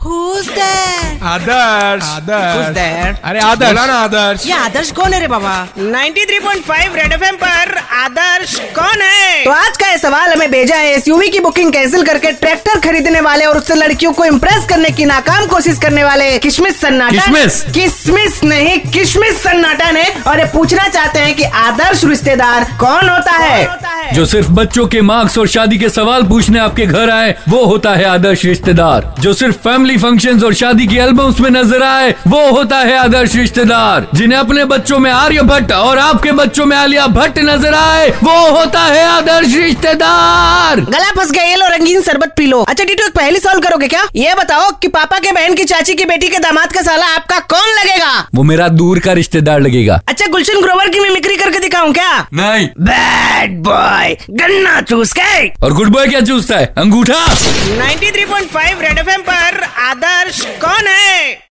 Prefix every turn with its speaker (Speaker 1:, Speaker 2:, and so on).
Speaker 1: who's there?
Speaker 2: आदर्श
Speaker 3: Who's there?
Speaker 2: अरे आदर्श बोला ना आदर्श
Speaker 1: ये आदर्श कौन है रे बाबा
Speaker 3: 93.5 रेड एफएम पर आदर्श कौन है
Speaker 1: तो आज का ये सवाल हमें भेजा है एसयूवी की बुकिंग कैंसिल करके ट्रैक्टर खरीदने वाले और उससे लड़कियों को इम्प्रेस करने की नाकाम कोशिश करने वाले किशमिश सन्नाटा
Speaker 2: किशमिश?
Speaker 1: किशमिश नहीं किशमिश सन्नाटा ने और ये पूछना चाहते हैं कि आदर्श रिश्तेदार कौन होता है
Speaker 4: जो सिर्फ बच्चों के मार्क्स और शादी के सवाल पूछने आपके घर आए वो होता है आदर्श रिश्तेदार जो सिर्फ फैमिली फंक्शंस और शादी की एल्बम्स में नजर आए वो होता है आदर्श रिश्तेदार जिन्हें अपने बच्चों में आर्य भट्ट और आपके बच्चों में आलिया भट्ट नजर आए वो होता है आदर्श रिश्तेदार
Speaker 1: गला फंस गया ये लो रंगीन शरबत पी लो अच्छा टीटू एक पहली सॉल्व करोगे क्या ये बताओ कि पापा के बहन की चाची की बेटी के दामाद का साला आपका कौन लगेगा
Speaker 4: वो मेरा दूर का रिश्तेदार लगेगा
Speaker 1: अच्छा गुलशन ग्रोवर की मिमिक्री करके दिखाऊं क्या
Speaker 4: नहीं
Speaker 1: बैड बॉय गन्ना चूस के
Speaker 4: और गुड बॉय क्या चूसता है अंगूठा
Speaker 3: 93.5 रेड एफएम पर आदर्श कौन है